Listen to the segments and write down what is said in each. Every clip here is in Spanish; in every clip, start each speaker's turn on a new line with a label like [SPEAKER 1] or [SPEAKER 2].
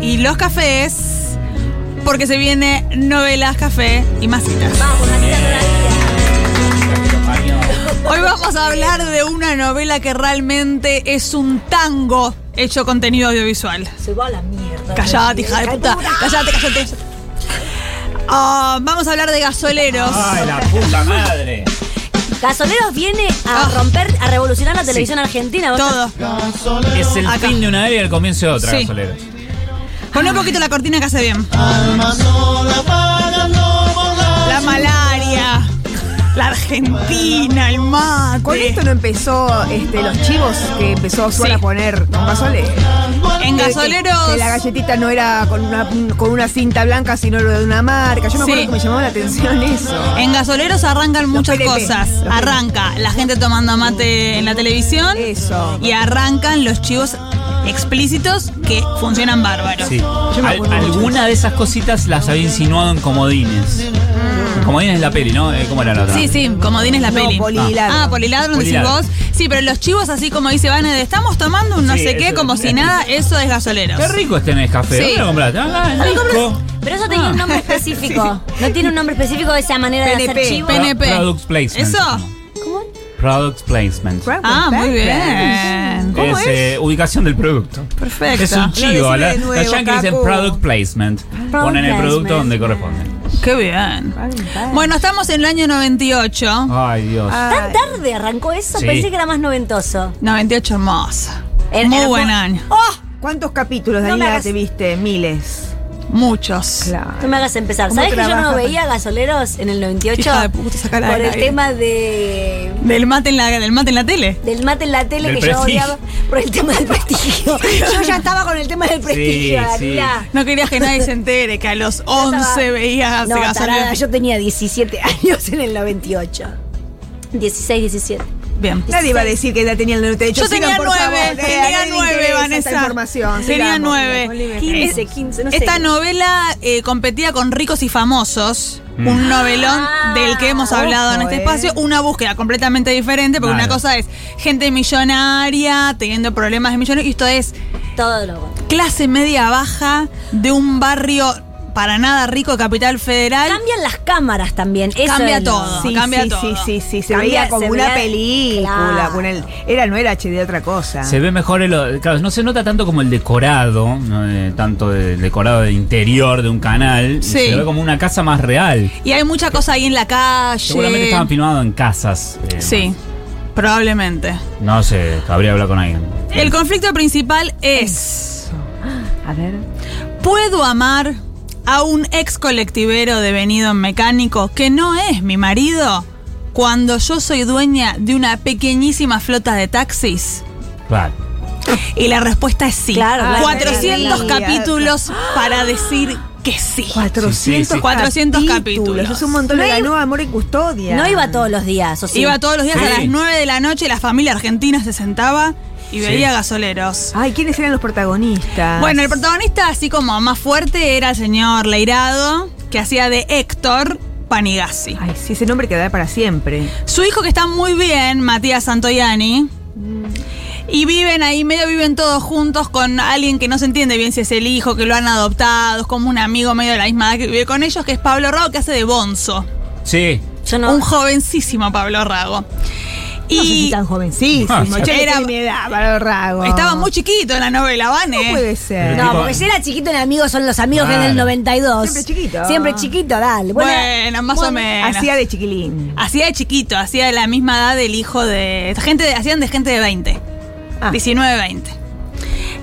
[SPEAKER 1] y los cafés, porque se viene novelas, café y masitas.
[SPEAKER 2] Vamos, Anita
[SPEAKER 1] Hoy vamos a hablar de una novela que realmente es un tango hecho contenido audiovisual.
[SPEAKER 2] Se va a la mierda.
[SPEAKER 1] Callate, hija de puta. Callate, callate. Ah, vamos a hablar de gasoleros.
[SPEAKER 3] ¡Ay, la puta madre!
[SPEAKER 2] Gasoleros viene a
[SPEAKER 1] Ah.
[SPEAKER 2] romper, a revolucionar la televisión argentina. ¿vos
[SPEAKER 1] Todo.
[SPEAKER 3] Es el
[SPEAKER 1] Acá.
[SPEAKER 3] fin de una era y el comienzo de otra,
[SPEAKER 1] Sí.
[SPEAKER 3] gasoleros.
[SPEAKER 1] Pon un poquito la cortina que hace bien. La malaria. La Argentina, el
[SPEAKER 4] Con
[SPEAKER 1] mate.
[SPEAKER 4] esto no empezó este, los chivos que empezó Suar
[SPEAKER 1] Sí.
[SPEAKER 4] a poner con gasoles.
[SPEAKER 1] En
[SPEAKER 4] Que- que-
[SPEAKER 1] gasoleros.
[SPEAKER 4] que la galletita no era con una, con una cinta blanca, sino lo de una marca. Yo me
[SPEAKER 1] Sí.
[SPEAKER 4] acuerdo que me llamaba la atención eso.
[SPEAKER 1] En gasoleros arrancan muchas
[SPEAKER 4] PLP,
[SPEAKER 1] cosas.
[SPEAKER 4] los PLP.
[SPEAKER 1] Arranca la gente tomando mate en la televisión.
[SPEAKER 4] Eso.
[SPEAKER 1] Y arrancan los chivos explícitos que funcionan bárbaros.
[SPEAKER 3] Sí.
[SPEAKER 4] me
[SPEAKER 3] Al-
[SPEAKER 4] acuerdo mucho
[SPEAKER 3] alguna de esas cositas las había insinuado en Comodines. Comodines es la peli, ¿no? Eh, ¿Cómo era la otra?
[SPEAKER 1] Sí, sí, comodín es la
[SPEAKER 4] No,
[SPEAKER 1] peli.
[SPEAKER 4] poliladro.
[SPEAKER 1] Ah, poliladro, decís
[SPEAKER 3] Poliladro.
[SPEAKER 1] vos. Sí, pero los chivos, así como dice Vane, de estamos tomando un no
[SPEAKER 3] Sí,
[SPEAKER 1] sé qué,
[SPEAKER 3] eso-
[SPEAKER 1] como si
[SPEAKER 3] es-
[SPEAKER 1] nada, eso es gasoleros.
[SPEAKER 3] Qué rico este Nescafé.
[SPEAKER 1] Sí.
[SPEAKER 3] ¿Dónde lo compraste? Ah, en Disco.
[SPEAKER 2] Pero eso tenía
[SPEAKER 3] Ah.
[SPEAKER 2] un nombre específico. No tiene un nombre específico de esa manera de hacer
[SPEAKER 4] PNP.
[SPEAKER 2] chivo.
[SPEAKER 1] PNP.
[SPEAKER 3] Product placement.
[SPEAKER 1] ¿Eso?
[SPEAKER 2] ¿Cómo?
[SPEAKER 3] Product placement.
[SPEAKER 1] Ah, muy bien.
[SPEAKER 4] ¿Cómo es?
[SPEAKER 3] eh, ubicación del producto.
[SPEAKER 1] Perfecto.
[SPEAKER 3] Es un
[SPEAKER 4] Lo
[SPEAKER 3] chivo.
[SPEAKER 4] decime
[SPEAKER 3] La,
[SPEAKER 4] de nuevo,
[SPEAKER 3] las yankees dicen
[SPEAKER 4] Cacu.
[SPEAKER 3] product placement. Ponen el producto
[SPEAKER 2] placement.
[SPEAKER 3] donde corresponde.
[SPEAKER 1] Qué bien. Bueno, estamos en el año 98.
[SPEAKER 3] Ay, Dios.
[SPEAKER 2] Tan tarde arrancó eso,
[SPEAKER 3] Sí.
[SPEAKER 2] pensé que era más noventoso.
[SPEAKER 1] 98 hermoso.
[SPEAKER 2] Era-
[SPEAKER 1] Muy
[SPEAKER 2] era-
[SPEAKER 1] buen año.
[SPEAKER 2] ¡Oh!
[SPEAKER 4] ¿Cuántos capítulos,
[SPEAKER 2] No me
[SPEAKER 4] Daniela,
[SPEAKER 2] hagas-
[SPEAKER 4] te viste? Miles.
[SPEAKER 1] Muchos.
[SPEAKER 2] No me hagas empezar.
[SPEAKER 4] ¿Cómo
[SPEAKER 2] ¿Sabes que yo no
[SPEAKER 4] trabajas?
[SPEAKER 2] veía gasoleros en el 98?
[SPEAKER 1] Hija de puta, sacala
[SPEAKER 2] por
[SPEAKER 1] del
[SPEAKER 2] el
[SPEAKER 1] aire.
[SPEAKER 2] tema de
[SPEAKER 1] Del mate en la, del mate en la tele.
[SPEAKER 2] del mate en la tele
[SPEAKER 3] Del
[SPEAKER 2] que
[SPEAKER 3] prestigio.
[SPEAKER 2] yo odiaba por el tema del prestigio. Yo ya estaba con el tema del prestigio,
[SPEAKER 3] sí.
[SPEAKER 2] Daniela.
[SPEAKER 1] No querías que nadie se entere que a los
[SPEAKER 2] Yo
[SPEAKER 1] 11
[SPEAKER 2] estaba-
[SPEAKER 1] veías
[SPEAKER 2] no, tarada,
[SPEAKER 1] gasoleros.
[SPEAKER 2] yo tenía 17 años en el 98. 16, 17.
[SPEAKER 1] Bien.
[SPEAKER 4] Nadie va a decir que ya tenía el 98.
[SPEAKER 1] Yo tenía
[SPEAKER 4] Sigan, por favor.
[SPEAKER 1] nueve,
[SPEAKER 4] Eh, a
[SPEAKER 1] tenía
[SPEAKER 4] nadie le
[SPEAKER 1] nueve,
[SPEAKER 4] interesa
[SPEAKER 1] Vanessa.
[SPEAKER 4] esta información.
[SPEAKER 1] Tenía
[SPEAKER 4] Sigamos,
[SPEAKER 1] nueve.
[SPEAKER 4] Oliver. Eh,
[SPEAKER 2] 15, 15, no sé.
[SPEAKER 1] Esta novela eh, competía con Ricos y Famosos,
[SPEAKER 3] Mm.
[SPEAKER 1] un novelón
[SPEAKER 2] Ah,
[SPEAKER 1] del que hemos hablado en
[SPEAKER 4] ojo,
[SPEAKER 1] este
[SPEAKER 4] eh.
[SPEAKER 1] espacio, una búsqueda completamente diferente, porque
[SPEAKER 3] Claro.
[SPEAKER 1] una cosa es gente millonaria, teniendo problemas de millones, y esto es
[SPEAKER 2] Todo lo bueno.
[SPEAKER 1] clase media baja de un barrio para nada rico de Capital Federal.
[SPEAKER 2] Cambian las cámaras también. eso
[SPEAKER 1] Cambia
[SPEAKER 2] es lo-
[SPEAKER 1] todo.
[SPEAKER 4] Sí,
[SPEAKER 1] Cambia
[SPEAKER 4] sí,
[SPEAKER 1] todo.
[SPEAKER 4] sí, sí, sí, se
[SPEAKER 2] Cambia-
[SPEAKER 4] veía como
[SPEAKER 2] se
[SPEAKER 4] una
[SPEAKER 2] veía-
[SPEAKER 4] película,
[SPEAKER 2] Claro.
[SPEAKER 4] con el, era no era HD otra cosa.
[SPEAKER 3] Se ve mejor el. Claro, no se nota tanto como el decorado, ¿no? Eh, tanto el decorado del interior de un canal.
[SPEAKER 1] Sí.
[SPEAKER 3] Se ve como una casa más real.
[SPEAKER 1] Y hay mucha cosa ahí en la calle.
[SPEAKER 3] Seguramente estaban filmados en casas. eh,
[SPEAKER 1] Sí, probablemente.
[SPEAKER 3] No sé, habría que hablar con alguien.
[SPEAKER 1] El conflicto principal es.
[SPEAKER 4] Ah, A ver.
[SPEAKER 1] ¿Puedo amar a un ex colectivero devenido mecánico que no es mi marido cuando yo soy dueña de una pequeñísima flota de taxis?
[SPEAKER 3] Claro.
[SPEAKER 1] Y la respuesta es sí.
[SPEAKER 2] Claro,
[SPEAKER 4] claro,
[SPEAKER 1] 400
[SPEAKER 4] sí.
[SPEAKER 1] capítulos para decir que sí.
[SPEAKER 4] 400,
[SPEAKER 3] Sí, sí, sí.
[SPEAKER 1] 400 capítulos.
[SPEAKER 4] Es un montón.
[SPEAKER 2] No
[SPEAKER 4] Le
[SPEAKER 2] iba-
[SPEAKER 4] ganó Amor y Custodia.
[SPEAKER 2] No iba todos los días, o sí.
[SPEAKER 1] Iba todos los días a
[SPEAKER 3] Sí.
[SPEAKER 1] las 9 de la noche, la familia argentina se sentaba y
[SPEAKER 3] Sí.
[SPEAKER 1] veía gasoleros.
[SPEAKER 4] Ay, ¿quiénes eran los protagonistas?
[SPEAKER 1] Bueno, el protagonista, así como más fuerte, era el señor Leirado, que hacía de Héctor Panigasi.
[SPEAKER 4] Ay, sí, ese nombre quedará para siempre.
[SPEAKER 1] Su hijo que está muy bien, Matías Santoyani. Y viven ahí, medio viven todos juntos con alguien que no se entiende bien si es el hijo, que lo han adoptado, es como un amigo medio de la misma edad que vive con ellos, que es Pablo Rago, que hace de Bonzo.
[SPEAKER 3] Sí.
[SPEAKER 2] Yo no.
[SPEAKER 1] Un jovencísimo Pablo Rago. Y
[SPEAKER 2] no sé si tan joven.
[SPEAKER 4] Sí,
[SPEAKER 3] Ah,
[SPEAKER 4] sí,
[SPEAKER 3] sí.
[SPEAKER 4] che,
[SPEAKER 1] Era-
[SPEAKER 4] tiene mi edad, para los ragos.
[SPEAKER 1] estaba muy chiquito en la novela, ¿vane?
[SPEAKER 4] No puede ser.
[SPEAKER 3] Pero
[SPEAKER 2] No,
[SPEAKER 3] tipo-
[SPEAKER 2] porque si era chiquito en amigos son los amigos que es del
[SPEAKER 3] Claro.
[SPEAKER 2] 92.
[SPEAKER 4] Siempre chiquito.
[SPEAKER 2] Siempre chiquito, dale. Bueno,
[SPEAKER 1] Bueno, más o menos.
[SPEAKER 4] Hacía de chiquilín.
[SPEAKER 1] Hacía de chiquito, hacía de la misma edad del hijo de. Gente de- hacían de gente de 20.
[SPEAKER 4] Ah.
[SPEAKER 1] 19, 20.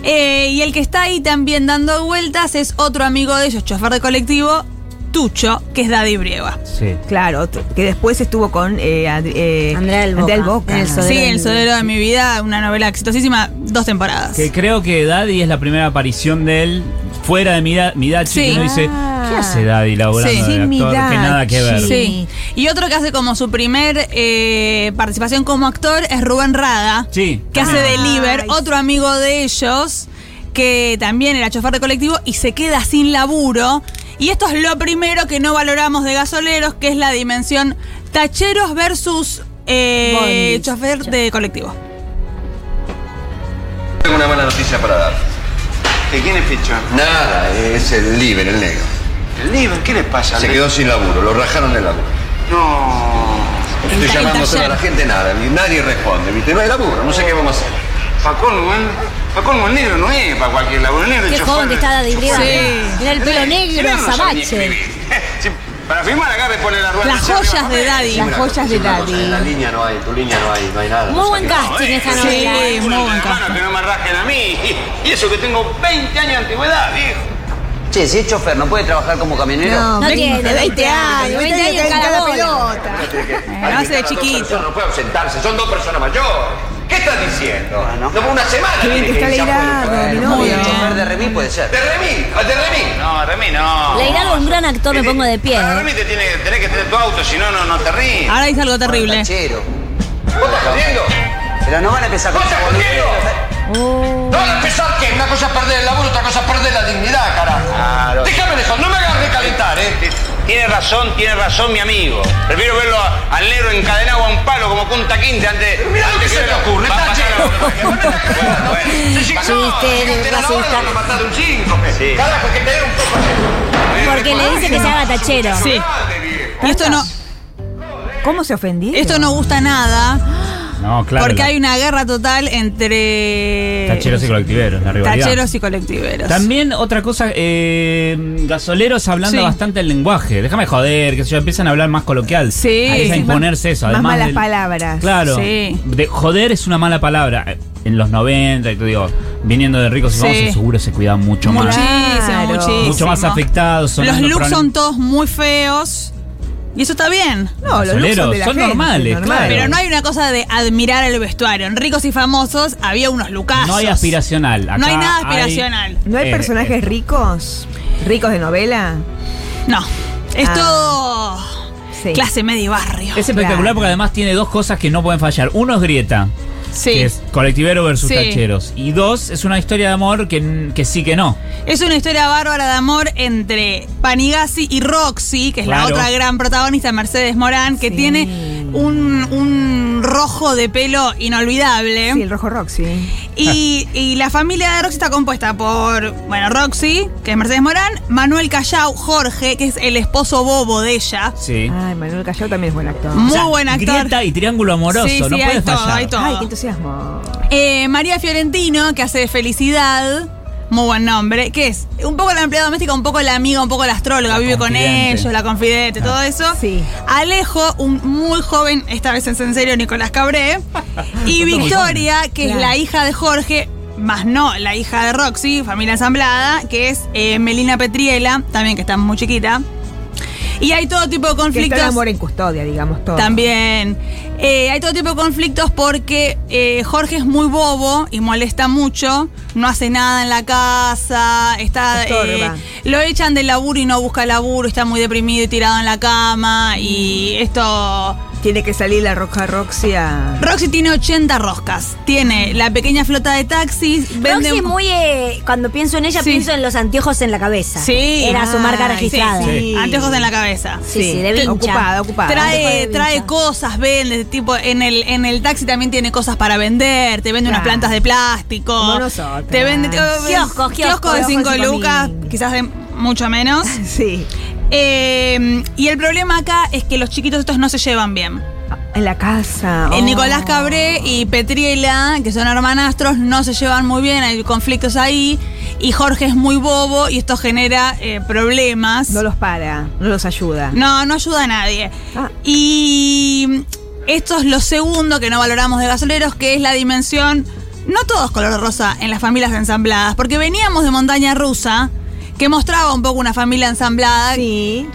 [SPEAKER 1] Eh, y el que está ahí también dando vueltas es otro amigo de ellos, chofer de colectivo, Tucho, que es Daddy Brieva.
[SPEAKER 3] Sí.
[SPEAKER 4] Claro, t- que después estuvo con eh, Adri- eh,
[SPEAKER 2] Andrea del
[SPEAKER 4] Andrea
[SPEAKER 2] Boca. En el Sodero
[SPEAKER 1] Sí,
[SPEAKER 2] de mi
[SPEAKER 1] El Sodero de mi vida, una novela exitosísima, dos temporadas.
[SPEAKER 3] Que creo que Daddy es la primera aparición de él fuera de Mira- Midachi.
[SPEAKER 1] Sí.
[SPEAKER 3] Que uno dice,
[SPEAKER 4] Ah.
[SPEAKER 3] ¿qué hace Daddy laburando
[SPEAKER 1] Sí.
[SPEAKER 3] de
[SPEAKER 4] Sí,
[SPEAKER 3] actor?
[SPEAKER 4] Midachi.
[SPEAKER 3] Que nada que ver.
[SPEAKER 1] Sí. Y otro que hace como su primer eh, participación como actor es Rubén Rada.
[SPEAKER 3] Sí,
[SPEAKER 1] Que hace
[SPEAKER 3] también.
[SPEAKER 1] Deliver,
[SPEAKER 4] Ay,
[SPEAKER 1] otro amigo de ellos, que también era chofer de colectivo y se queda sin laburo. Y esto es lo primero que no valoramos de gasoleros, que es la dimensión tacheros versus eh,
[SPEAKER 2] Bondis.
[SPEAKER 1] chofer de colectivo.
[SPEAKER 5] Tengo una mala noticia para dar. ¿De quién es Picho?
[SPEAKER 6] Nada, es el Liber, el negro.
[SPEAKER 5] El Liven, ¿qué le pasa? al
[SPEAKER 6] Se
[SPEAKER 5] de-
[SPEAKER 6] quedó sin laburo, lo rajaron del laburo.
[SPEAKER 5] No.
[SPEAKER 6] Estoy
[SPEAKER 1] Está en
[SPEAKER 6] llamando a toda
[SPEAKER 1] taller.
[SPEAKER 6] la gente, nada, ni- nadie responde, ¿viste? No hay laburo, no sé qué vamos a hacer.
[SPEAKER 5] Pacón, ¿no es? Pacón, el negro no es para cualquier laburo. El negro es
[SPEAKER 2] Qué
[SPEAKER 5] chofer
[SPEAKER 2] joven que está de griega.
[SPEAKER 1] Sí.
[SPEAKER 2] Mira el pelo negro,
[SPEAKER 5] no sabe ni
[SPEAKER 2] azabache.
[SPEAKER 5] escribir. Si para firmar acá le pone la rueda.
[SPEAKER 1] Las
[SPEAKER 5] hacia arriba,
[SPEAKER 1] joyas de
[SPEAKER 5] papel.
[SPEAKER 1] Daddy.
[SPEAKER 6] Una cosa,
[SPEAKER 7] joyas de
[SPEAKER 6] sí, una cosa,
[SPEAKER 7] Daddy.
[SPEAKER 6] En la línea no hay, en tu línea no hay, no hay nada. no
[SPEAKER 2] Muy buen
[SPEAKER 6] sabía.
[SPEAKER 2] casting esta
[SPEAKER 5] Sí,
[SPEAKER 2] novela.
[SPEAKER 1] Sí, muy
[SPEAKER 5] Una de
[SPEAKER 1] buen
[SPEAKER 5] las
[SPEAKER 1] caso.
[SPEAKER 5] manos que no me rajen a mí. Y eso que tengo 20 años de antigüedad, viejo.
[SPEAKER 8] Che, si es chofer, ¿no puede trabajar como camionero?
[SPEAKER 4] No,
[SPEAKER 2] No tiene, 20 años, 20 años en cada bola.
[SPEAKER 4] pelota.
[SPEAKER 6] Tiene que-
[SPEAKER 1] Bueno,
[SPEAKER 6] hay que
[SPEAKER 1] hace de
[SPEAKER 6] estar dos
[SPEAKER 1] chiquito.
[SPEAKER 6] personas, No puede ausentarse, son dos personas mayores. ¿Qué estás diciendo?
[SPEAKER 8] Bueno.
[SPEAKER 6] No, una semana.
[SPEAKER 4] Qué bien que
[SPEAKER 6] tiene
[SPEAKER 4] está
[SPEAKER 6] ir ya
[SPEAKER 4] Leirado,
[SPEAKER 6] afuera.
[SPEAKER 4] mi
[SPEAKER 8] Bueno,
[SPEAKER 4] novio.
[SPEAKER 1] bien.
[SPEAKER 8] chofer de remis puede ser.
[SPEAKER 6] pues De Remy, al de Remy.
[SPEAKER 5] No, Remy, no.
[SPEAKER 2] Leirado es un gran actor, me pongo de pie.
[SPEAKER 5] Para
[SPEAKER 2] ¿eh? Ah.
[SPEAKER 5] Remy te tiene, tenés que tener tu auto, si no, no, no te ríes.
[SPEAKER 1] Ahora dice algo terrible.
[SPEAKER 8] Tachero.
[SPEAKER 6] ¿Vos estás jodiendo?
[SPEAKER 8] Pero no van a empezar con
[SPEAKER 6] ¿Vos estás jodiendo? No van a empezar que una cosa es perder el laburo, otra cosa es perder la dignidad, carajo.
[SPEAKER 5] Claro.
[SPEAKER 6] Déjame de eso, no me hagas recalentar, ¿eh?
[SPEAKER 5] Tiene razón, tiene razón mi amigo. Prefiero verlo a- al negro encadenado a un palo como Punta Quinte antes.
[SPEAKER 6] Mirá lo que
[SPEAKER 5] antes
[SPEAKER 6] se te
[SPEAKER 5] verlo.
[SPEAKER 6] ocurre,
[SPEAKER 5] Va a
[SPEAKER 6] está
[SPEAKER 5] pasar
[SPEAKER 6] lleno. eh.
[SPEAKER 5] la-
[SPEAKER 2] Chiste de racista.
[SPEAKER 6] matar un síncope.
[SPEAKER 5] Sí.
[SPEAKER 6] Carajo, que te dé un poco de- de
[SPEAKER 2] Porque le dice que se haga tachero.
[SPEAKER 1] Sí.
[SPEAKER 6] Dale, viejo.
[SPEAKER 1] Y esto no,
[SPEAKER 4] ¿Cómo se ofendió?
[SPEAKER 1] esto no gusta nada
[SPEAKER 3] No, claro.
[SPEAKER 1] porque
[SPEAKER 3] la-
[SPEAKER 1] hay una guerra total entre
[SPEAKER 3] Tacheros y colectiveros, la rivalidad.
[SPEAKER 1] tacheros y colectiveros.
[SPEAKER 3] También otra cosa, eh, gasoleros hablando
[SPEAKER 1] Sí.
[SPEAKER 3] bastante el lenguaje. Déjame joder, que se yo, empiezan a hablar más coloquial.
[SPEAKER 1] Sí.
[SPEAKER 3] Empiezan a
[SPEAKER 1] Sí,
[SPEAKER 3] imponerse eso.
[SPEAKER 4] más
[SPEAKER 3] además
[SPEAKER 4] malas
[SPEAKER 3] del-
[SPEAKER 4] palabras.
[SPEAKER 3] Claro.
[SPEAKER 1] Sí.
[SPEAKER 3] De- joder es una mala palabra. eh, En los 90, y te digo, viniendo de ricos y
[SPEAKER 1] Sí.
[SPEAKER 3] famosos, seguro se cuidaban mucho más.
[SPEAKER 1] Muchísimo,
[SPEAKER 4] Claro.
[SPEAKER 1] muchísimo.
[SPEAKER 3] Mucho más afectados.
[SPEAKER 1] Los
[SPEAKER 3] sonando
[SPEAKER 1] looks
[SPEAKER 3] probable-
[SPEAKER 1] son todos muy feos. Y eso está bien.
[SPEAKER 4] No, los looks son, de la
[SPEAKER 3] Son
[SPEAKER 4] gente,
[SPEAKER 3] normales, claro.
[SPEAKER 1] Pero no hay una cosa de admirar el vestuario. En ricos y famosos había unos lucazos.
[SPEAKER 3] No hay aspiracional.
[SPEAKER 1] no hay
[SPEAKER 3] Acá
[SPEAKER 1] nada aspiracional.
[SPEAKER 4] ¿No hay
[SPEAKER 3] Eh,
[SPEAKER 4] personajes
[SPEAKER 3] eh.
[SPEAKER 4] ricos? ¿Ricos de novela?
[SPEAKER 1] No. Es
[SPEAKER 4] Ah.
[SPEAKER 1] todo
[SPEAKER 4] Sí.
[SPEAKER 1] clase media y barrio.
[SPEAKER 3] Es espectacular
[SPEAKER 4] Claro.
[SPEAKER 3] porque además tiene dos cosas que no pueden fallar. Uno es grieta.
[SPEAKER 1] Sí.
[SPEAKER 3] Que es colectivero versus
[SPEAKER 1] Sí.
[SPEAKER 3] tacheros. Y dos, es una historia de amor que, que sí que no.
[SPEAKER 1] Es una historia bárbara de amor entre Panigasi y Roxy, que es la
[SPEAKER 3] Claro.
[SPEAKER 1] otra gran protagonista, Mercedes Morán, que
[SPEAKER 4] Sí.
[SPEAKER 1] tiene un, un rojo de pelo inolvidable.
[SPEAKER 4] Sí, el rojo Roxy.
[SPEAKER 1] Y, y la familia de Roxy está compuesta por, bueno, Roxy, que es Mercedes Morán, Manuel Callao, Jorge, que es el esposo bobo de ella.
[SPEAKER 3] Sí.
[SPEAKER 4] Ay, Manuel Callao también es buen actor.
[SPEAKER 1] Muy
[SPEAKER 3] O sea,
[SPEAKER 1] buen actor.
[SPEAKER 3] Grieta y triángulo amoroso.
[SPEAKER 1] Sí,
[SPEAKER 3] no
[SPEAKER 1] sí,
[SPEAKER 3] puede
[SPEAKER 1] hay todo,
[SPEAKER 3] fallar.
[SPEAKER 1] hay todo.
[SPEAKER 4] Ay, qué entusiasmo.
[SPEAKER 1] Eh, María Fiorentino, que hace de Felicidad. Muy buen nombre. Que es un poco la empleada doméstica, un poco la amiga, un poco la astróloga.
[SPEAKER 3] La
[SPEAKER 1] vive con
[SPEAKER 3] confidente.
[SPEAKER 1] ellos, la confidente, todo eso.
[SPEAKER 4] Ah, Sí.
[SPEAKER 1] Alejo, un muy joven, esta vez es en serio, Nicolás Cabré. y Victoria, que es
[SPEAKER 4] Claro.
[SPEAKER 1] la hija de Jorge, más no la hija de Roxy, familia ensamblada, que es eh, Melina Petriela, también que está muy chiquita. Y hay todo tipo de
[SPEAKER 4] Que está el
[SPEAKER 1] conflictos.
[SPEAKER 4] amor en custodia, digamos todo.
[SPEAKER 1] También. Eh, hay todo tipo de conflictos porque eh, Jorge es muy bobo y molesta mucho. No hace nada en la casa. Está,
[SPEAKER 4] Estorba.
[SPEAKER 1] eh, lo echan del laburo y no busca laburo. Está muy deprimido y tirado en la cama. Y esto.
[SPEAKER 4] Tiene que salir la roja Roxy a.
[SPEAKER 1] Roxy tiene 80 roscas. Tiene la pequeña flota de taxis. Vende
[SPEAKER 2] Roxy es muy. eh, cuando pienso en ella,
[SPEAKER 1] Sí.
[SPEAKER 2] pienso en los anteojos en la cabeza.
[SPEAKER 1] Sí.
[SPEAKER 2] Era su marca
[SPEAKER 1] Ay,
[SPEAKER 2] registrada.
[SPEAKER 1] sí, sí. Anteojos en la cabeza.
[SPEAKER 2] Sí, sí, de vincha.
[SPEAKER 4] Ocupada, ocupada.
[SPEAKER 1] Trae,
[SPEAKER 2] de
[SPEAKER 1] trae
[SPEAKER 2] vincha.
[SPEAKER 1] cosas, vende, tipo, en el, en el taxi también tiene cosas para vender, te vende unas
[SPEAKER 4] Claro.
[SPEAKER 1] plantas de plástico.
[SPEAKER 4] Como nosotras.
[SPEAKER 1] Te vende
[SPEAKER 2] Kioscos, kioscos.
[SPEAKER 1] de 5
[SPEAKER 4] Kioscos de
[SPEAKER 1] lucas,
[SPEAKER 4] cinco mil.
[SPEAKER 1] quizás de mucho menos.
[SPEAKER 4] Sí.
[SPEAKER 1] Eh, y el problema acá es que los chiquitos estos no se llevan bien.
[SPEAKER 4] En la casa.
[SPEAKER 1] Eh,
[SPEAKER 4] oh.
[SPEAKER 1] Nicolás Cabré y Petriela, que son hermanastros, no se llevan muy bien, hay conflictos ahí. Y Jorge es muy bobo y esto genera eh, problemas.
[SPEAKER 4] No los para, no los ayuda.
[SPEAKER 1] No, no ayuda a nadie.
[SPEAKER 4] Ah.
[SPEAKER 1] Y esto es lo segundo que no valoramos de gasoleros, que es la dimensión, no todos color rosa en las familias ensambladas, porque veníamos de montaña rusa, que mostraba un poco una familia ensamblada,
[SPEAKER 4] Sí.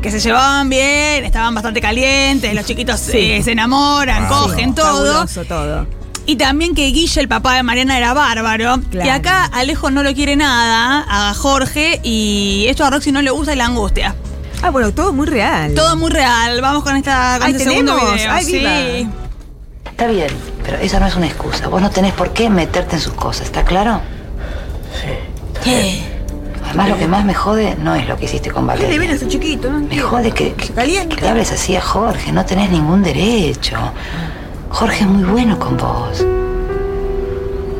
[SPEAKER 1] que se llevaban bien, estaban bastante calientes, los chiquitos eh, se enamoran, cogen todo.
[SPEAKER 4] Fabuloso todo.
[SPEAKER 1] Y también que Guille, el papá de Mariana, era bárbaro.
[SPEAKER 4] Claro.
[SPEAKER 1] Y acá Alejo no lo quiere nada, a Jorge, y esto a Roxy no le gusta y la angustia.
[SPEAKER 4] Ah, bueno, todo muy real.
[SPEAKER 1] Todo muy real. Vamos con esta con
[SPEAKER 4] Ahí
[SPEAKER 1] este segundo
[SPEAKER 4] tenemos.
[SPEAKER 1] video.
[SPEAKER 4] Ahí viva.
[SPEAKER 1] Sí.
[SPEAKER 7] Está bien, pero esa no es una excusa. Vos no tenés por qué meterte en sus cosas, ¿está claro? Además, lo que más me jode no es lo que hiciste con
[SPEAKER 4] ¿Qué le ven
[SPEAKER 7] Valeria.
[SPEAKER 4] a ese chiquito? No
[SPEAKER 7] Me
[SPEAKER 4] entiendo.
[SPEAKER 7] jode que, que-
[SPEAKER 4] calienta.
[SPEAKER 7] que le hables así a Jorge. No tenés ningún derecho. Jorge es muy bueno con vos.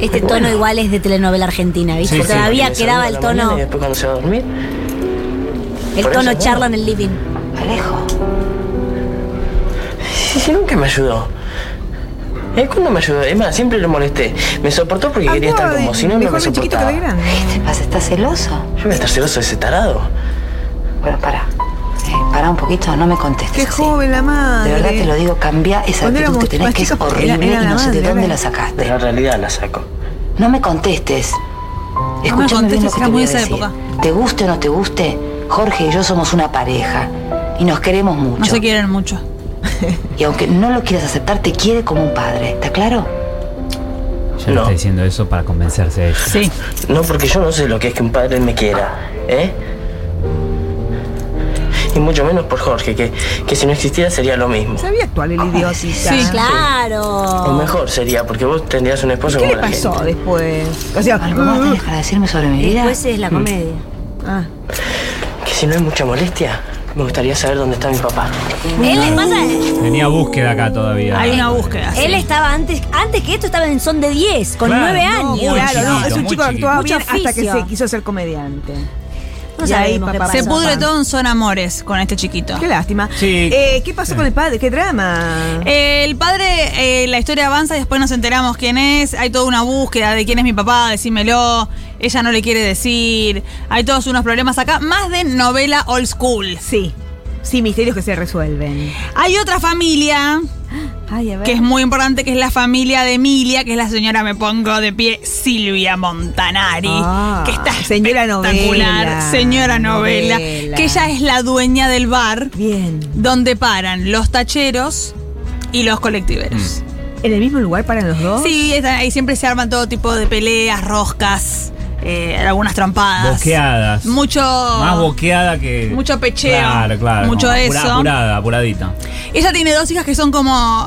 [SPEAKER 2] Este tono igual es de telenovela argentina, ¿viste?
[SPEAKER 3] Sí, sí.
[SPEAKER 2] Todavía quedaba el tono,
[SPEAKER 7] Y Eh, después cuando se va a dormir,
[SPEAKER 2] el
[SPEAKER 7] por
[SPEAKER 2] tono
[SPEAKER 7] eso,
[SPEAKER 2] charla en el living.
[SPEAKER 7] Alejo. Sí, sí, nunca me ayudó. Él cuando me ayudó, es más, siempre lo molesté. Me soportó porque quería estar
[SPEAKER 4] Andaba de-
[SPEAKER 7] como si no, no me
[SPEAKER 4] mejor de chiquito que
[SPEAKER 7] soportaba.
[SPEAKER 4] de
[SPEAKER 7] Yo
[SPEAKER 4] grande.
[SPEAKER 9] ¿Qué te pasa? ¿Estás celoso?
[SPEAKER 7] voy a estar celoso de ese tarado.
[SPEAKER 9] Bueno, para.
[SPEAKER 7] Eh,
[SPEAKER 9] para un poquito, no me contestes.
[SPEAKER 4] Qué
[SPEAKER 9] así.
[SPEAKER 4] joven la
[SPEAKER 9] De verdad
[SPEAKER 4] madre.
[SPEAKER 9] te lo digo, cambia esa
[SPEAKER 4] Cuando
[SPEAKER 9] actitud
[SPEAKER 4] éramos
[SPEAKER 9] que tenés
[SPEAKER 4] más
[SPEAKER 9] que es
[SPEAKER 4] chicos,
[SPEAKER 9] horrible
[SPEAKER 4] era- era
[SPEAKER 9] y
[SPEAKER 4] la
[SPEAKER 9] no sé de
[SPEAKER 4] madre,
[SPEAKER 9] dónde
[SPEAKER 4] era-
[SPEAKER 9] la sacaste.
[SPEAKER 7] Pero en realidad la saco.
[SPEAKER 9] No me contestes.
[SPEAKER 1] No me
[SPEAKER 9] Escúchame bien lo
[SPEAKER 1] contestes,
[SPEAKER 9] que
[SPEAKER 1] era muy
[SPEAKER 9] te voy a
[SPEAKER 1] esa
[SPEAKER 9] decir.
[SPEAKER 1] época.
[SPEAKER 9] Te guste o no te guste, Jorge y yo somos una pareja. Y nos queremos mucho.
[SPEAKER 1] No se quieren mucho.
[SPEAKER 9] Y aunque no lo quieras aceptar, te quiere como un padre. ¿Está claro?
[SPEAKER 3] Ya le
[SPEAKER 7] No.
[SPEAKER 3] está diciendo eso para convencerse a ella.
[SPEAKER 1] Sí.
[SPEAKER 7] No, porque yo no sé lo que es que un padre me quiera, ¿eh? Y mucho menos por Jorge, que, que si no existiera sería lo mismo.
[SPEAKER 4] Sabía actuar el idiotita.
[SPEAKER 1] Sí,
[SPEAKER 7] O
[SPEAKER 2] Claro.
[SPEAKER 7] mejor sería, porque vos tendrías un esposo
[SPEAKER 4] ¿Qué
[SPEAKER 7] como
[SPEAKER 4] le
[SPEAKER 7] la
[SPEAKER 4] pasó
[SPEAKER 7] gente.
[SPEAKER 4] después? O sea, uh,
[SPEAKER 9] ¿Algo más tenés para decirme sobre mi vida?
[SPEAKER 10] Pues,
[SPEAKER 2] Después es la comedia.
[SPEAKER 4] ah,
[SPEAKER 7] Que si no hay mucha molestia, me gustaría saber dónde está mi papá.
[SPEAKER 2] Él le pasa-
[SPEAKER 3] Tenía búsqueda acá todavía.
[SPEAKER 1] Hay una búsqueda. Ah, sí.
[SPEAKER 2] él estaba antes, antes que esto estaba en son de 10, con
[SPEAKER 3] Claro,
[SPEAKER 2] 9
[SPEAKER 3] no,
[SPEAKER 2] años.
[SPEAKER 3] muy
[SPEAKER 4] claro, no,
[SPEAKER 3] chiquito,
[SPEAKER 4] es un
[SPEAKER 3] muy
[SPEAKER 4] chico que
[SPEAKER 3] chiquito.
[SPEAKER 4] actuaba
[SPEAKER 2] Mucho
[SPEAKER 4] bien hasta que
[SPEAKER 2] oficio.
[SPEAKER 4] se quiso ser comediante.
[SPEAKER 2] No
[SPEAKER 4] Y ahí,
[SPEAKER 2] sabemos qué
[SPEAKER 4] papá,
[SPEAKER 1] Se
[SPEAKER 2] pasó.
[SPEAKER 1] pudre todo en Son Amores con este chiquito.
[SPEAKER 4] Qué lástima.
[SPEAKER 3] Sí.
[SPEAKER 4] Eh, ¿Qué pasó con el padre? ¿Qué drama?
[SPEAKER 1] Eh, El padre, eh, la historia avanza y después nos enteramos quién es. Hay toda una búsqueda de quién es mi papá, decímelo. Ella no le quiere decir. Hay todos unos problemas acá, más de novela old school.
[SPEAKER 4] sí. Sí, misterios que se resuelven.
[SPEAKER 1] Hay otra familia
[SPEAKER 4] Ay, a ver.
[SPEAKER 1] que es muy importante, que es la familia de Emilia, que es la señora, me pongo de pie, Silvia Montanari,
[SPEAKER 4] Ah,
[SPEAKER 1] que está
[SPEAKER 4] señora
[SPEAKER 1] espectacular,
[SPEAKER 4] novela.
[SPEAKER 1] señora novela,
[SPEAKER 4] Novela.
[SPEAKER 1] que ella es la dueña del bar
[SPEAKER 4] Bien.
[SPEAKER 1] donde paran los tacheros y los colectiveros.
[SPEAKER 4] ¿En el mismo lugar para los dos?
[SPEAKER 1] Sí, está- ahí siempre se arman todo tipo de peleas, roscas, eh, algunas trampadas.
[SPEAKER 3] Boqueadas.
[SPEAKER 1] Mucho.
[SPEAKER 3] Más boqueada que.
[SPEAKER 1] Mucho pecheo.
[SPEAKER 3] Claro, claro.
[SPEAKER 1] Mucho
[SPEAKER 3] apura-
[SPEAKER 1] eso.
[SPEAKER 3] Apurada, apuradita.
[SPEAKER 1] Ella tiene dos hijas que son como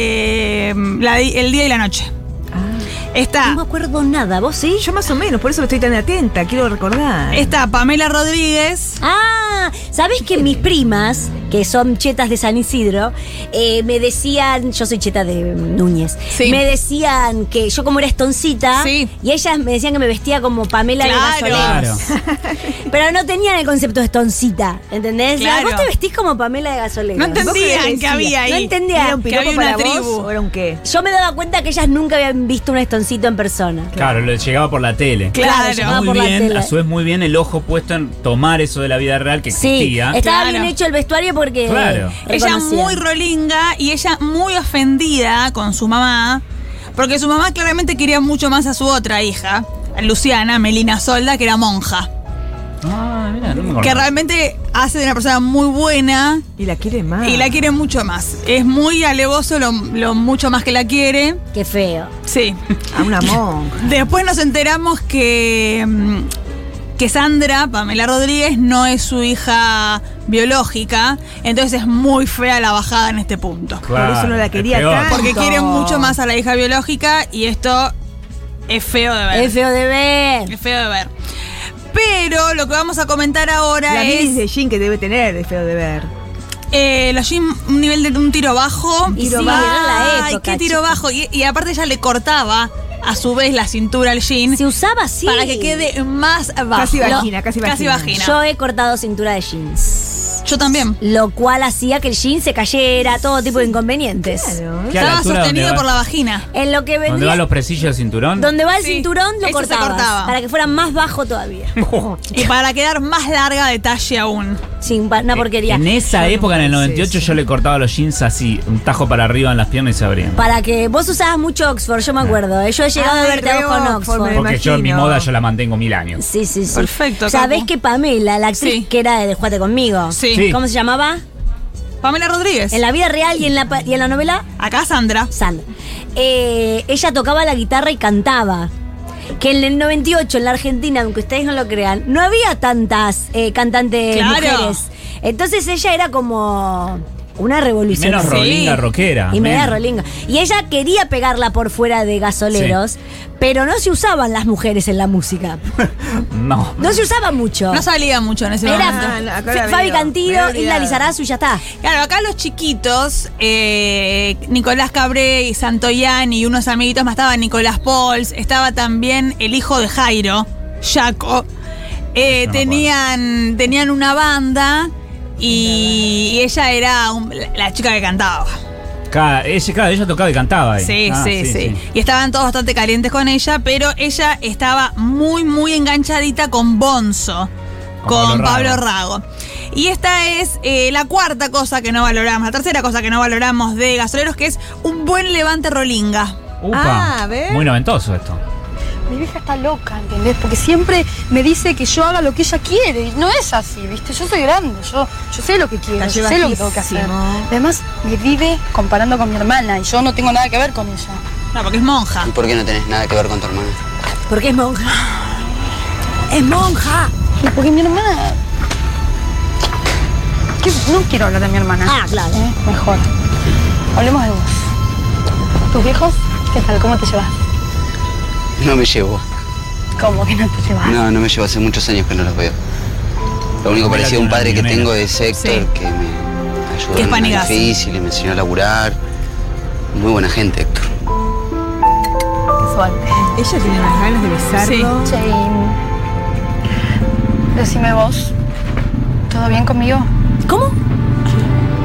[SPEAKER 1] eh, la di- el día y la noche.
[SPEAKER 2] No
[SPEAKER 4] Ah.
[SPEAKER 1] Está,
[SPEAKER 2] me acuerdo nada, ¿vos sí?
[SPEAKER 4] Yo más o menos, por eso estoy tan atenta, quiero recordar.
[SPEAKER 1] está Pamela Rodríguez.
[SPEAKER 2] Ah, ¿sabés que mis primas, que son chetas de San Isidro, eh, me decían, yo soy cheta de Núñez,
[SPEAKER 1] Sí.
[SPEAKER 2] me decían que yo como era estoncita,
[SPEAKER 1] Sí.
[SPEAKER 2] y ellas me decían que me vestía como Pamela
[SPEAKER 1] Claro.
[SPEAKER 2] de Gasoleros. Pero no tenían el concepto de estoncita, ¿entendés?
[SPEAKER 1] Claro.
[SPEAKER 2] Vos te vestís como Pamela de Gasoleros.
[SPEAKER 1] No
[SPEAKER 4] ¿Vos qué
[SPEAKER 1] entendían
[SPEAKER 4] decías?
[SPEAKER 1] que había ahí.
[SPEAKER 2] No entendía.
[SPEAKER 4] ¿Era un
[SPEAKER 1] que
[SPEAKER 4] piropo
[SPEAKER 1] había una
[SPEAKER 4] para vos
[SPEAKER 1] tribu.
[SPEAKER 4] o era un qué?
[SPEAKER 2] Yo me daba cuenta que ellas nunca habían visto un estoncito en persona.
[SPEAKER 3] Claro, le llegaba por la tele.
[SPEAKER 1] Claro,
[SPEAKER 2] llamaba
[SPEAKER 3] Muy
[SPEAKER 2] por la
[SPEAKER 3] bien,
[SPEAKER 2] tele.
[SPEAKER 3] a su vez muy bien el ojo puesto en tomar eso de la vida real que
[SPEAKER 2] Sí,
[SPEAKER 3] existía.
[SPEAKER 2] estaba
[SPEAKER 1] Claro.
[SPEAKER 2] bien hecho el vestuario porque
[SPEAKER 3] Claro.
[SPEAKER 1] Ella
[SPEAKER 2] reconocían.
[SPEAKER 1] muy rolinga y ella muy ofendida con su mamá, porque su mamá claramente quería mucho más a su otra hija, Luciana Melina Solda, que era monja.
[SPEAKER 3] Ah, mira, no me
[SPEAKER 1] Que
[SPEAKER 3] acordaba.
[SPEAKER 1] realmente hace de una persona muy buena
[SPEAKER 4] Y la quiere más.
[SPEAKER 1] y la quiere mucho más. Es muy alevoso lo, lo mucho más que la quiere.
[SPEAKER 2] Qué feo.
[SPEAKER 1] Sí.
[SPEAKER 4] A una monja.
[SPEAKER 1] Después nos enteramos que, mm, que Sandra, Pamela Rodríguez, no es su hija biológica. Entonces es muy fea la bajada en este punto.
[SPEAKER 3] Claro,
[SPEAKER 4] por eso no la
[SPEAKER 3] es
[SPEAKER 4] quería
[SPEAKER 3] peor.
[SPEAKER 4] tanto.
[SPEAKER 1] Porque quiere mucho más a la hija biológica y esto es feo de ver.
[SPEAKER 2] Es feo de ver.
[SPEAKER 1] Es feo de ver. Pero lo que vamos a comentar ahora
[SPEAKER 4] La miris de
[SPEAKER 1] es
[SPEAKER 4] Jin que debe tener, es feo de ver.
[SPEAKER 1] eh, los jeans, un nivel de un tiro bajo.
[SPEAKER 2] Y
[SPEAKER 1] tiro
[SPEAKER 2] sí,
[SPEAKER 1] bajo.
[SPEAKER 2] era la
[SPEAKER 1] Ay,
[SPEAKER 2] época,
[SPEAKER 1] qué tiro
[SPEAKER 2] chico.
[SPEAKER 1] bajo. Y, y aparte ella le cortaba a su vez la cintura al jean
[SPEAKER 2] Se usaba así.
[SPEAKER 1] para que quede más bajo.
[SPEAKER 4] Casi vagina,
[SPEAKER 1] Lo-
[SPEAKER 4] casi vagina.
[SPEAKER 1] vagina.
[SPEAKER 2] Yo he cortado cintura de jeans.
[SPEAKER 1] Yo, también.
[SPEAKER 2] Lo cual hacía que el jean se cayera, todo tipo de inconvenientes.
[SPEAKER 4] Claro.
[SPEAKER 3] ¿Qué, a la
[SPEAKER 1] Estaba
[SPEAKER 3] altura donde
[SPEAKER 1] sostenido
[SPEAKER 3] va-
[SPEAKER 1] por la vagina.
[SPEAKER 2] En lo que
[SPEAKER 3] ¿Dónde
[SPEAKER 2] vendía.
[SPEAKER 3] van los presillos del cinturón?
[SPEAKER 2] donde va el
[SPEAKER 1] Sí,
[SPEAKER 2] cinturón
[SPEAKER 1] eso
[SPEAKER 2] lo
[SPEAKER 1] se
[SPEAKER 2] cortabas.
[SPEAKER 1] cortaba.
[SPEAKER 2] Para que fuera más bajo todavía.
[SPEAKER 1] Y para quedar más larga de talle aún.
[SPEAKER 2] Sin pa- una porquería.
[SPEAKER 3] Eh, En esa época, en el
[SPEAKER 4] pensé
[SPEAKER 3] 98,
[SPEAKER 4] eso.
[SPEAKER 3] yo le cortaba los jeans así, un tajo para arriba en las piernas y se abrían.
[SPEAKER 2] Para que vos usabas mucho Oxford, yo me acuerdo. ¿eh? Yo
[SPEAKER 1] Ah,
[SPEAKER 2] he llegado a
[SPEAKER 4] Ay,
[SPEAKER 2] verte a vos
[SPEAKER 4] re
[SPEAKER 2] con
[SPEAKER 4] Oxford,
[SPEAKER 2] Oxford.
[SPEAKER 4] me-
[SPEAKER 3] Porque yo, mi
[SPEAKER 4] imagino.
[SPEAKER 3] moda, yo la mantengo mil años.
[SPEAKER 2] Sí, sí, sí.
[SPEAKER 1] Perfecto,
[SPEAKER 2] Sabés
[SPEAKER 1] Capu.
[SPEAKER 2] que Pamela, la actriz
[SPEAKER 1] Sí.
[SPEAKER 2] que era de Juate conmigo.
[SPEAKER 1] Sí.
[SPEAKER 3] Sí.
[SPEAKER 2] ¿Cómo se llamaba?
[SPEAKER 1] Pamela Rodríguez.
[SPEAKER 2] En la vida real y en la, pa- y en la novela,
[SPEAKER 1] Acá Sandra.
[SPEAKER 2] Sandra. Eh, ella tocaba la guitarra y cantaba. Que en el 98 en la Argentina, aunque ustedes no lo crean, no había tantas eh, cantantes
[SPEAKER 1] Claro.
[SPEAKER 2] mujeres. Entonces ella era como una revolución.
[SPEAKER 3] Menos
[SPEAKER 2] Sí.
[SPEAKER 3] rolinga rockera.
[SPEAKER 2] Y media
[SPEAKER 3] menos.
[SPEAKER 2] rolinga. Y ella quería pegarla por fuera de gasoleros, pero no se usaban las mujeres en la música.
[SPEAKER 3] No.
[SPEAKER 2] No se usaba mucho.
[SPEAKER 1] No salía mucho en ese momento.
[SPEAKER 2] Era
[SPEAKER 4] Ah, no, acá
[SPEAKER 2] F-
[SPEAKER 4] la
[SPEAKER 2] Fabi
[SPEAKER 4] veo, me
[SPEAKER 2] Cantilo,
[SPEAKER 4] había
[SPEAKER 2] Hilda
[SPEAKER 4] olvidado.
[SPEAKER 2] Lizarazu y ya está.
[SPEAKER 1] Claro, acá los chiquitos, eh, Nicolás Cabré y Santoyán y unos amiguitos más, estaba Nicolás Pols, estaba también el hijo de Jairo, Jaco. Eh,
[SPEAKER 3] Eso me
[SPEAKER 1] tenían, tenían una banda y, y ella era un- la- la chica que cantaba.
[SPEAKER 3] Cada, ella, claro, ella tocaba y cantaba ahí.
[SPEAKER 1] Sí,
[SPEAKER 3] Ah,
[SPEAKER 1] sí, sí, Y estaban todos bastante calientes con ella, pero ella estaba muy, muy enganchadita con Bonzo,
[SPEAKER 3] Con
[SPEAKER 1] con,
[SPEAKER 3] Pablo
[SPEAKER 1] Pablo Rago. Y esta es eh, la cuarta cosa que no valoramos, la tercera cosa que no valoramos de Gasoleros, que es un buen levante rolinga.
[SPEAKER 3] Upa.
[SPEAKER 4] Ah, a ver.
[SPEAKER 3] Muy noventoso esto.
[SPEAKER 10] Mi vieja está loca, ¿entendés? Porque siempre me dice que yo haga lo que ella quiere. Y no es así, ¿viste? Yo soy grande, yo, yo sé lo que quiero,
[SPEAKER 4] La
[SPEAKER 10] yo
[SPEAKER 4] lleva
[SPEAKER 10] sé lo que tengo que hacer.
[SPEAKER 4] jísimo.
[SPEAKER 10] Además, me vive comparando con mi hermana y yo no tengo nada que ver con ella.
[SPEAKER 1] No, porque es monja.
[SPEAKER 8] ¿Y por qué no tenés nada que ver con tu hermana?
[SPEAKER 2] Porque es monja. Es monja.
[SPEAKER 4] Ah.
[SPEAKER 10] Y Porque mi hermana... ¿Qué? No quiero hablar de mi hermana.
[SPEAKER 2] Ah, claro.
[SPEAKER 10] ¿eh? Mejor. Hablemos de vos. ¿Tus viejos? ¿Qué tal? ¿Cómo te llevas?
[SPEAKER 8] No me llevo.
[SPEAKER 10] ¿Cómo que no te llevas?
[SPEAKER 8] No, no me llevo. Hace muchos años que no los veo. Lo único
[SPEAKER 3] Mira,
[SPEAKER 8] parecido a un
[SPEAKER 3] tiene
[SPEAKER 8] padre que
[SPEAKER 3] una
[SPEAKER 8] tengo es Héctor,
[SPEAKER 1] Sí.
[SPEAKER 8] que me ayudó
[SPEAKER 1] Que es
[SPEAKER 8] en lo
[SPEAKER 1] panigazo.
[SPEAKER 8] difícil y me enseñó a laburar. Muy buena gente, Héctor.
[SPEAKER 10] Qué suerte.
[SPEAKER 4] Ella tiene unas ganas de besarlo.
[SPEAKER 10] Che, y- decime vos, ¿todo bien conmigo?
[SPEAKER 2] ¿Cómo?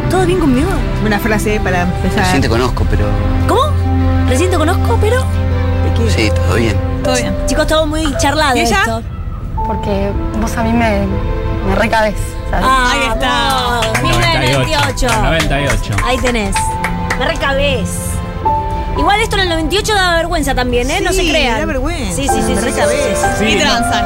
[SPEAKER 2] ¿Todo bien conmigo?
[SPEAKER 4] Una frase para
[SPEAKER 8] Sí,
[SPEAKER 4] empezar.
[SPEAKER 8] te conozco, pero
[SPEAKER 2] ¿Cómo? Recién te conozco, pero.
[SPEAKER 8] sí, todo bien.
[SPEAKER 1] Todo bien.
[SPEAKER 2] Chicos, todo muy charlado
[SPEAKER 1] ¿Y ella?
[SPEAKER 2] esto.
[SPEAKER 10] Porque vos a mí me, me recabes, ¿sabes?
[SPEAKER 2] Ah,
[SPEAKER 1] Ahí está.
[SPEAKER 2] 1998.
[SPEAKER 3] 98.
[SPEAKER 2] Ahí tenés. Me recabés. Igual esto en el 98 daba vergüenza también, ¿eh? no se
[SPEAKER 4] Sí,
[SPEAKER 2] crean.
[SPEAKER 4] da vergüenza.
[SPEAKER 2] Sí, sí, sí.
[SPEAKER 4] Me
[SPEAKER 2] sí,
[SPEAKER 4] recabés.
[SPEAKER 2] sí, sí,
[SPEAKER 3] Sí.
[SPEAKER 1] Y transan.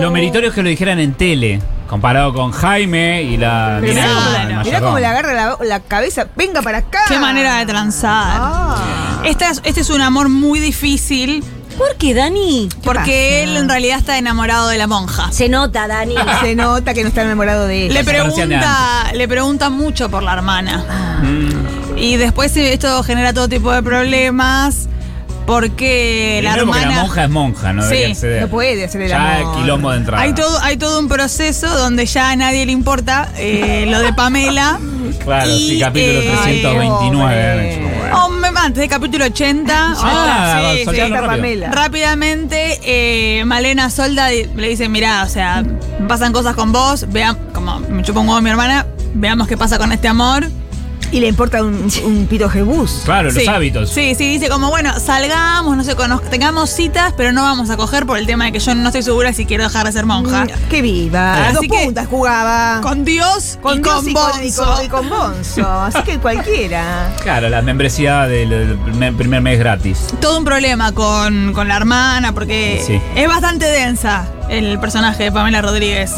[SPEAKER 3] Lo meritorio es que lo dijeran en tele, comparado con Jaime y la
[SPEAKER 4] Pero mirá,
[SPEAKER 1] Mirá
[SPEAKER 3] dinámica
[SPEAKER 4] cómo-
[SPEAKER 3] del
[SPEAKER 1] claro.
[SPEAKER 4] mirá
[SPEAKER 3] mayordomo.
[SPEAKER 4] cómo le agarra la, la cabeza. Venga para acá.
[SPEAKER 1] Qué manera de transar.
[SPEAKER 4] Ah.
[SPEAKER 1] Esta es- este es un amor muy difícil
[SPEAKER 2] sí. ¿Por qué, Dani?
[SPEAKER 1] porque él en realidad está enamorado de la monja.
[SPEAKER 2] Se nota, Dani.
[SPEAKER 4] Se nota que no está enamorado de ella.
[SPEAKER 1] Le
[SPEAKER 3] se conocían de
[SPEAKER 1] pregunta, le pregunta mucho por la hermana.
[SPEAKER 3] Mm.
[SPEAKER 1] Y después eh, esto genera todo tipo de problemas porque la
[SPEAKER 3] Primero porque
[SPEAKER 1] hermana.
[SPEAKER 3] la monja es monja, no
[SPEAKER 1] Sí,
[SPEAKER 3] debería acceder.
[SPEAKER 4] no puede hacer el
[SPEAKER 3] ya
[SPEAKER 4] amor.
[SPEAKER 3] quilombo de entrada.
[SPEAKER 1] Hay todo, hay todo un proceso donde ya a nadie le importa eh, lo de Pamela.
[SPEAKER 3] Claro,
[SPEAKER 1] Y,
[SPEAKER 3] sí, capítulo
[SPEAKER 1] eh,
[SPEAKER 3] 329.
[SPEAKER 4] ay,
[SPEAKER 3] han hecho como, bueno.
[SPEAKER 1] Oh, me- antes del capítulo 80.
[SPEAKER 3] Ah,
[SPEAKER 1] ahora, sí,
[SPEAKER 3] soltalo
[SPEAKER 1] sí.
[SPEAKER 4] Esta
[SPEAKER 3] rápido.
[SPEAKER 4] Pamela.
[SPEAKER 1] Rápidamente, eh, Malena Solda di- le dice, mirá, o sea, pasan cosas con vos, vean, como me chupa un huevo mi hermana, veamos qué pasa con este amor.
[SPEAKER 4] Y le importa un, un pito jebús.
[SPEAKER 3] Claro,
[SPEAKER 1] Sí.
[SPEAKER 3] los hábitos.
[SPEAKER 1] Sí, sí, dice como, bueno, salgamos, no se conozca, tengamos citas, pero no vamos a coger por el tema de que yo no estoy segura si quiero dejar de ser monja.
[SPEAKER 4] Que viva.
[SPEAKER 1] Así
[SPEAKER 4] A dos
[SPEAKER 1] que-
[SPEAKER 4] puntas jugaba.
[SPEAKER 1] Con Dios y
[SPEAKER 4] Dios
[SPEAKER 1] con
[SPEAKER 4] y
[SPEAKER 1] vos.
[SPEAKER 4] y con- y con Bonzo. Así que cualquiera.
[SPEAKER 3] Claro, la membresía del, del primer- primer mes gratis.
[SPEAKER 1] Todo un problema con, con la hermana, porque
[SPEAKER 3] Sí.
[SPEAKER 1] es bastante densa el personaje de Pamela Rodríguez.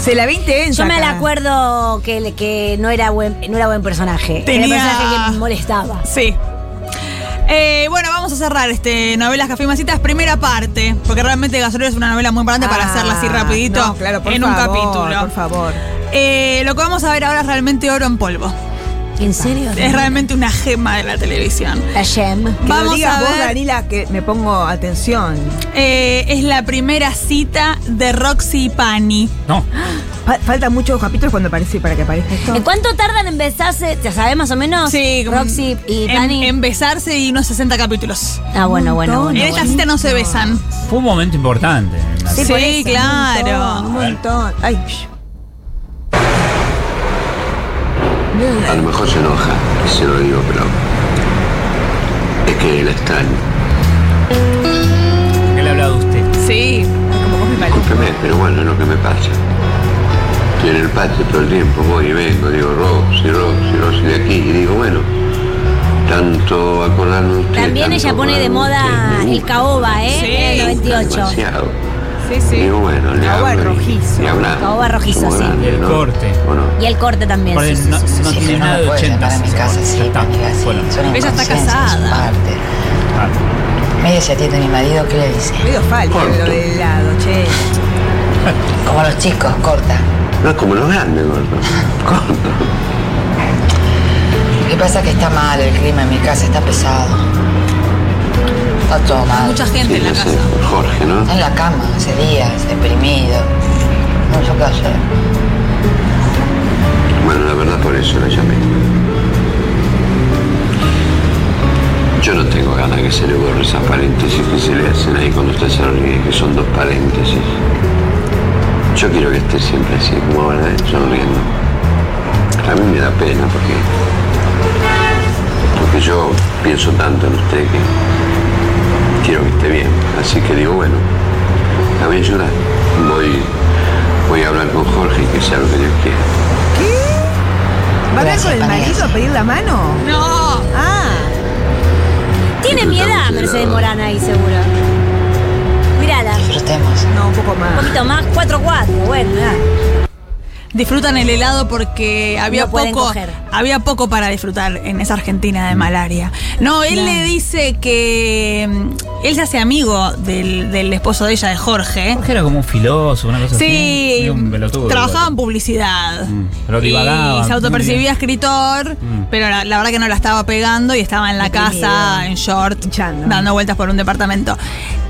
[SPEAKER 4] Se la ve intensa.
[SPEAKER 2] Yo me la
[SPEAKER 4] acá.
[SPEAKER 2] acuerdo que, le- que no, era buen, no era buen personaje. Era
[SPEAKER 1] Tenía-
[SPEAKER 2] un personaje que me molestaba.
[SPEAKER 1] Sí. Eh, bueno, vamos a cerrar este novelas Café y Masitas, primera parte, porque realmente Gasolero es una novela muy importante para
[SPEAKER 4] Ah,
[SPEAKER 1] hacerla así rapidito
[SPEAKER 4] no, claro, por
[SPEAKER 1] en
[SPEAKER 4] favor,
[SPEAKER 1] un capítulo.
[SPEAKER 4] Por favor.
[SPEAKER 1] Eh, lo que vamos a ver ahora es realmente oro en polvo.
[SPEAKER 2] ¿En serio?
[SPEAKER 1] Es realmente una gema de la televisión.
[SPEAKER 2] La Gem.
[SPEAKER 4] Que
[SPEAKER 1] Vamos
[SPEAKER 4] lo digas
[SPEAKER 1] a
[SPEAKER 4] vos,
[SPEAKER 1] ver.
[SPEAKER 4] Danila, que me pongo atención.
[SPEAKER 1] Eh, es la primera cita de Roxy y Pani.
[SPEAKER 3] No,
[SPEAKER 4] Fa- faltan muchos capítulos cuando aparece para que aparezca esto.
[SPEAKER 2] ¿En cuánto tardan en besarse? ¿Ya sabes más o menos? Roxy y
[SPEAKER 1] en-
[SPEAKER 2] Dani.
[SPEAKER 1] En besarse y unos 60 capítulos.
[SPEAKER 2] ah, bueno, bueno,
[SPEAKER 4] montón.
[SPEAKER 2] bueno.
[SPEAKER 1] en esta cita no se besan.
[SPEAKER 3] fue un momento importante. en la-
[SPEAKER 1] Sí,
[SPEAKER 4] por eso,
[SPEAKER 1] claro.
[SPEAKER 4] Un montón. un montón. Ay, shh.
[SPEAKER 6] A lo mejor se enoja, que se lo digo, pero. Es que la extraño.
[SPEAKER 3] ¿Por qué le hablaba de usted?
[SPEAKER 1] Sí.
[SPEAKER 6] Discúlpeme, pero bueno, es lo que me pasa. Estoy en el patio todo el tiempo, voy y vengo, digo Rosy, Rosy, Rosy de aquí, y digo, bueno, tanto acordarme de usted.
[SPEAKER 2] También
[SPEAKER 6] tanto
[SPEAKER 2] ella pone de
[SPEAKER 6] acordarme
[SPEAKER 2] moda
[SPEAKER 6] usted, me
[SPEAKER 2] el
[SPEAKER 6] gusta,
[SPEAKER 2] caoba, ¿eh?
[SPEAKER 1] Sí.
[SPEAKER 2] En el 98.
[SPEAKER 6] demasiado.
[SPEAKER 1] Sí, sí.
[SPEAKER 6] Digo, bueno, le
[SPEAKER 4] Caoba
[SPEAKER 6] hablo y-
[SPEAKER 4] rojizo.
[SPEAKER 6] le hablamos.
[SPEAKER 2] Caoba rojizo,
[SPEAKER 6] Somos
[SPEAKER 2] sí.
[SPEAKER 6] grandes,
[SPEAKER 3] El
[SPEAKER 6] ¿no?
[SPEAKER 3] corte.
[SPEAKER 6] ¿O no?
[SPEAKER 2] Y el corte también.
[SPEAKER 3] Por
[SPEAKER 2] sí,
[SPEAKER 3] el-
[SPEAKER 2] sí,
[SPEAKER 3] no,
[SPEAKER 2] sí, sí,
[SPEAKER 3] no
[SPEAKER 2] sí.
[SPEAKER 3] tiene
[SPEAKER 7] no
[SPEAKER 3] nada
[SPEAKER 7] me
[SPEAKER 3] de
[SPEAKER 7] puede
[SPEAKER 3] 80.
[SPEAKER 7] llamar a mi casa, sí,
[SPEAKER 3] Ya está.
[SPEAKER 7] porque así
[SPEAKER 3] Bueno,
[SPEAKER 7] son
[SPEAKER 1] Ella está
[SPEAKER 7] inconsciencias,
[SPEAKER 1] casada.
[SPEAKER 7] son parte.
[SPEAKER 3] claro.
[SPEAKER 7] Mire si atiende a mi marido, ¿qué le dice?
[SPEAKER 4] Medio falso
[SPEAKER 6] Corto.
[SPEAKER 4] lo del helado, che.
[SPEAKER 7] Como los chicos, corta.
[SPEAKER 6] No es como los grandes, gordo. Corto.
[SPEAKER 9] Lo que pasa es que está mal el clima en mi casa, está pesado. Está todo mal.
[SPEAKER 1] Mucha gente en la
[SPEAKER 6] Sí,
[SPEAKER 1] casa.
[SPEAKER 6] por Jorge, ¿no?
[SPEAKER 9] Está en la cama hace días, deprimido. Mucho que hacer.
[SPEAKER 6] Bueno, la verdad por eso la llamé. Yo no tengo ganas que se le borren esas paréntesis que se le hacen ahí cuando usted se ríe, que son dos paréntesis. Yo quiero que esté siempre así, como ahora, ¿eh? sonriendo. A mí me da pena porque... Porque yo pienso tanto en usted que quiero que esté bien. Así que digo, bueno, la voy a ayudar. Voy, voy a hablar con Jorge y que sea lo que Dios quiera.
[SPEAKER 4] ¿Va a hablar con el
[SPEAKER 9] Gracias,
[SPEAKER 4] marido a pedir la mano?
[SPEAKER 1] No.
[SPEAKER 4] Ah,
[SPEAKER 2] Tiene mi edad Mercedes Morán ahí seguro. Mírala,
[SPEAKER 9] Disfrutemos.
[SPEAKER 4] no, un poco
[SPEAKER 2] un
[SPEAKER 4] más.
[SPEAKER 2] poquito más, 4-4, bueno, nada.
[SPEAKER 1] Disfrutan el helado porque había
[SPEAKER 2] No pueden
[SPEAKER 1] poco
[SPEAKER 2] coger.
[SPEAKER 1] había poco para disfrutar en esa Argentina de malaria. No, él le dice que mm, él se hace amigo del, del esposo de ella, de Jorge.
[SPEAKER 3] Jorge era como un filósofo, una cosa así.
[SPEAKER 1] Sí,
[SPEAKER 3] medio un pelotudo,
[SPEAKER 1] trabajaba en
[SPEAKER 3] igual.
[SPEAKER 1] publicidad.
[SPEAKER 3] Mm, pero divagaba,
[SPEAKER 1] y se
[SPEAKER 3] muy
[SPEAKER 1] autopercibía
[SPEAKER 3] bien.
[SPEAKER 1] escritor,
[SPEAKER 3] Mm.
[SPEAKER 1] pero la, la verdad que no la estaba pegando y estaba en la casa, en short,
[SPEAKER 4] Hinchando.
[SPEAKER 1] dando vueltas por un departamento.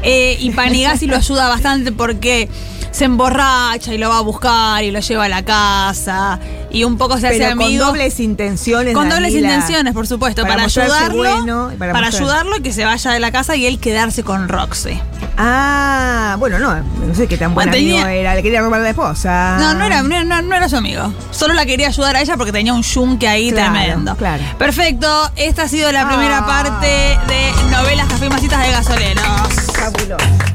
[SPEAKER 1] Eh, y Panigasi lo ayuda bastante porque se emborracha y lo va a buscar y lo lleva a la casa. Y un poco se hace
[SPEAKER 4] Pero con
[SPEAKER 1] amigo.
[SPEAKER 4] dobles intenciones.
[SPEAKER 1] Con dobles
[SPEAKER 4] Daniela.
[SPEAKER 1] intenciones, por supuesto, para,
[SPEAKER 4] Para mostrarse
[SPEAKER 1] ayudarlo.
[SPEAKER 4] bueno y
[SPEAKER 1] para
[SPEAKER 4] para mostrar-
[SPEAKER 1] ayudarlo y que se vaya de la casa y él quedarse con Roxy.
[SPEAKER 4] Ah, bueno, no, no sé qué tan buen
[SPEAKER 1] Mantenía-
[SPEAKER 4] amigo era. Le quería robar la esposa.
[SPEAKER 1] No, no era, no, era- no- no era su amigo. Solo la quería ayudar a ella porque tenía un yunque ahí
[SPEAKER 4] Claro,
[SPEAKER 1] tremendo.
[SPEAKER 4] claro.
[SPEAKER 1] Perfecto, esta ha sido la primera
[SPEAKER 4] Ah.
[SPEAKER 1] parte de novelas, café y masitas de gasoleros.
[SPEAKER 4] Fabuloso.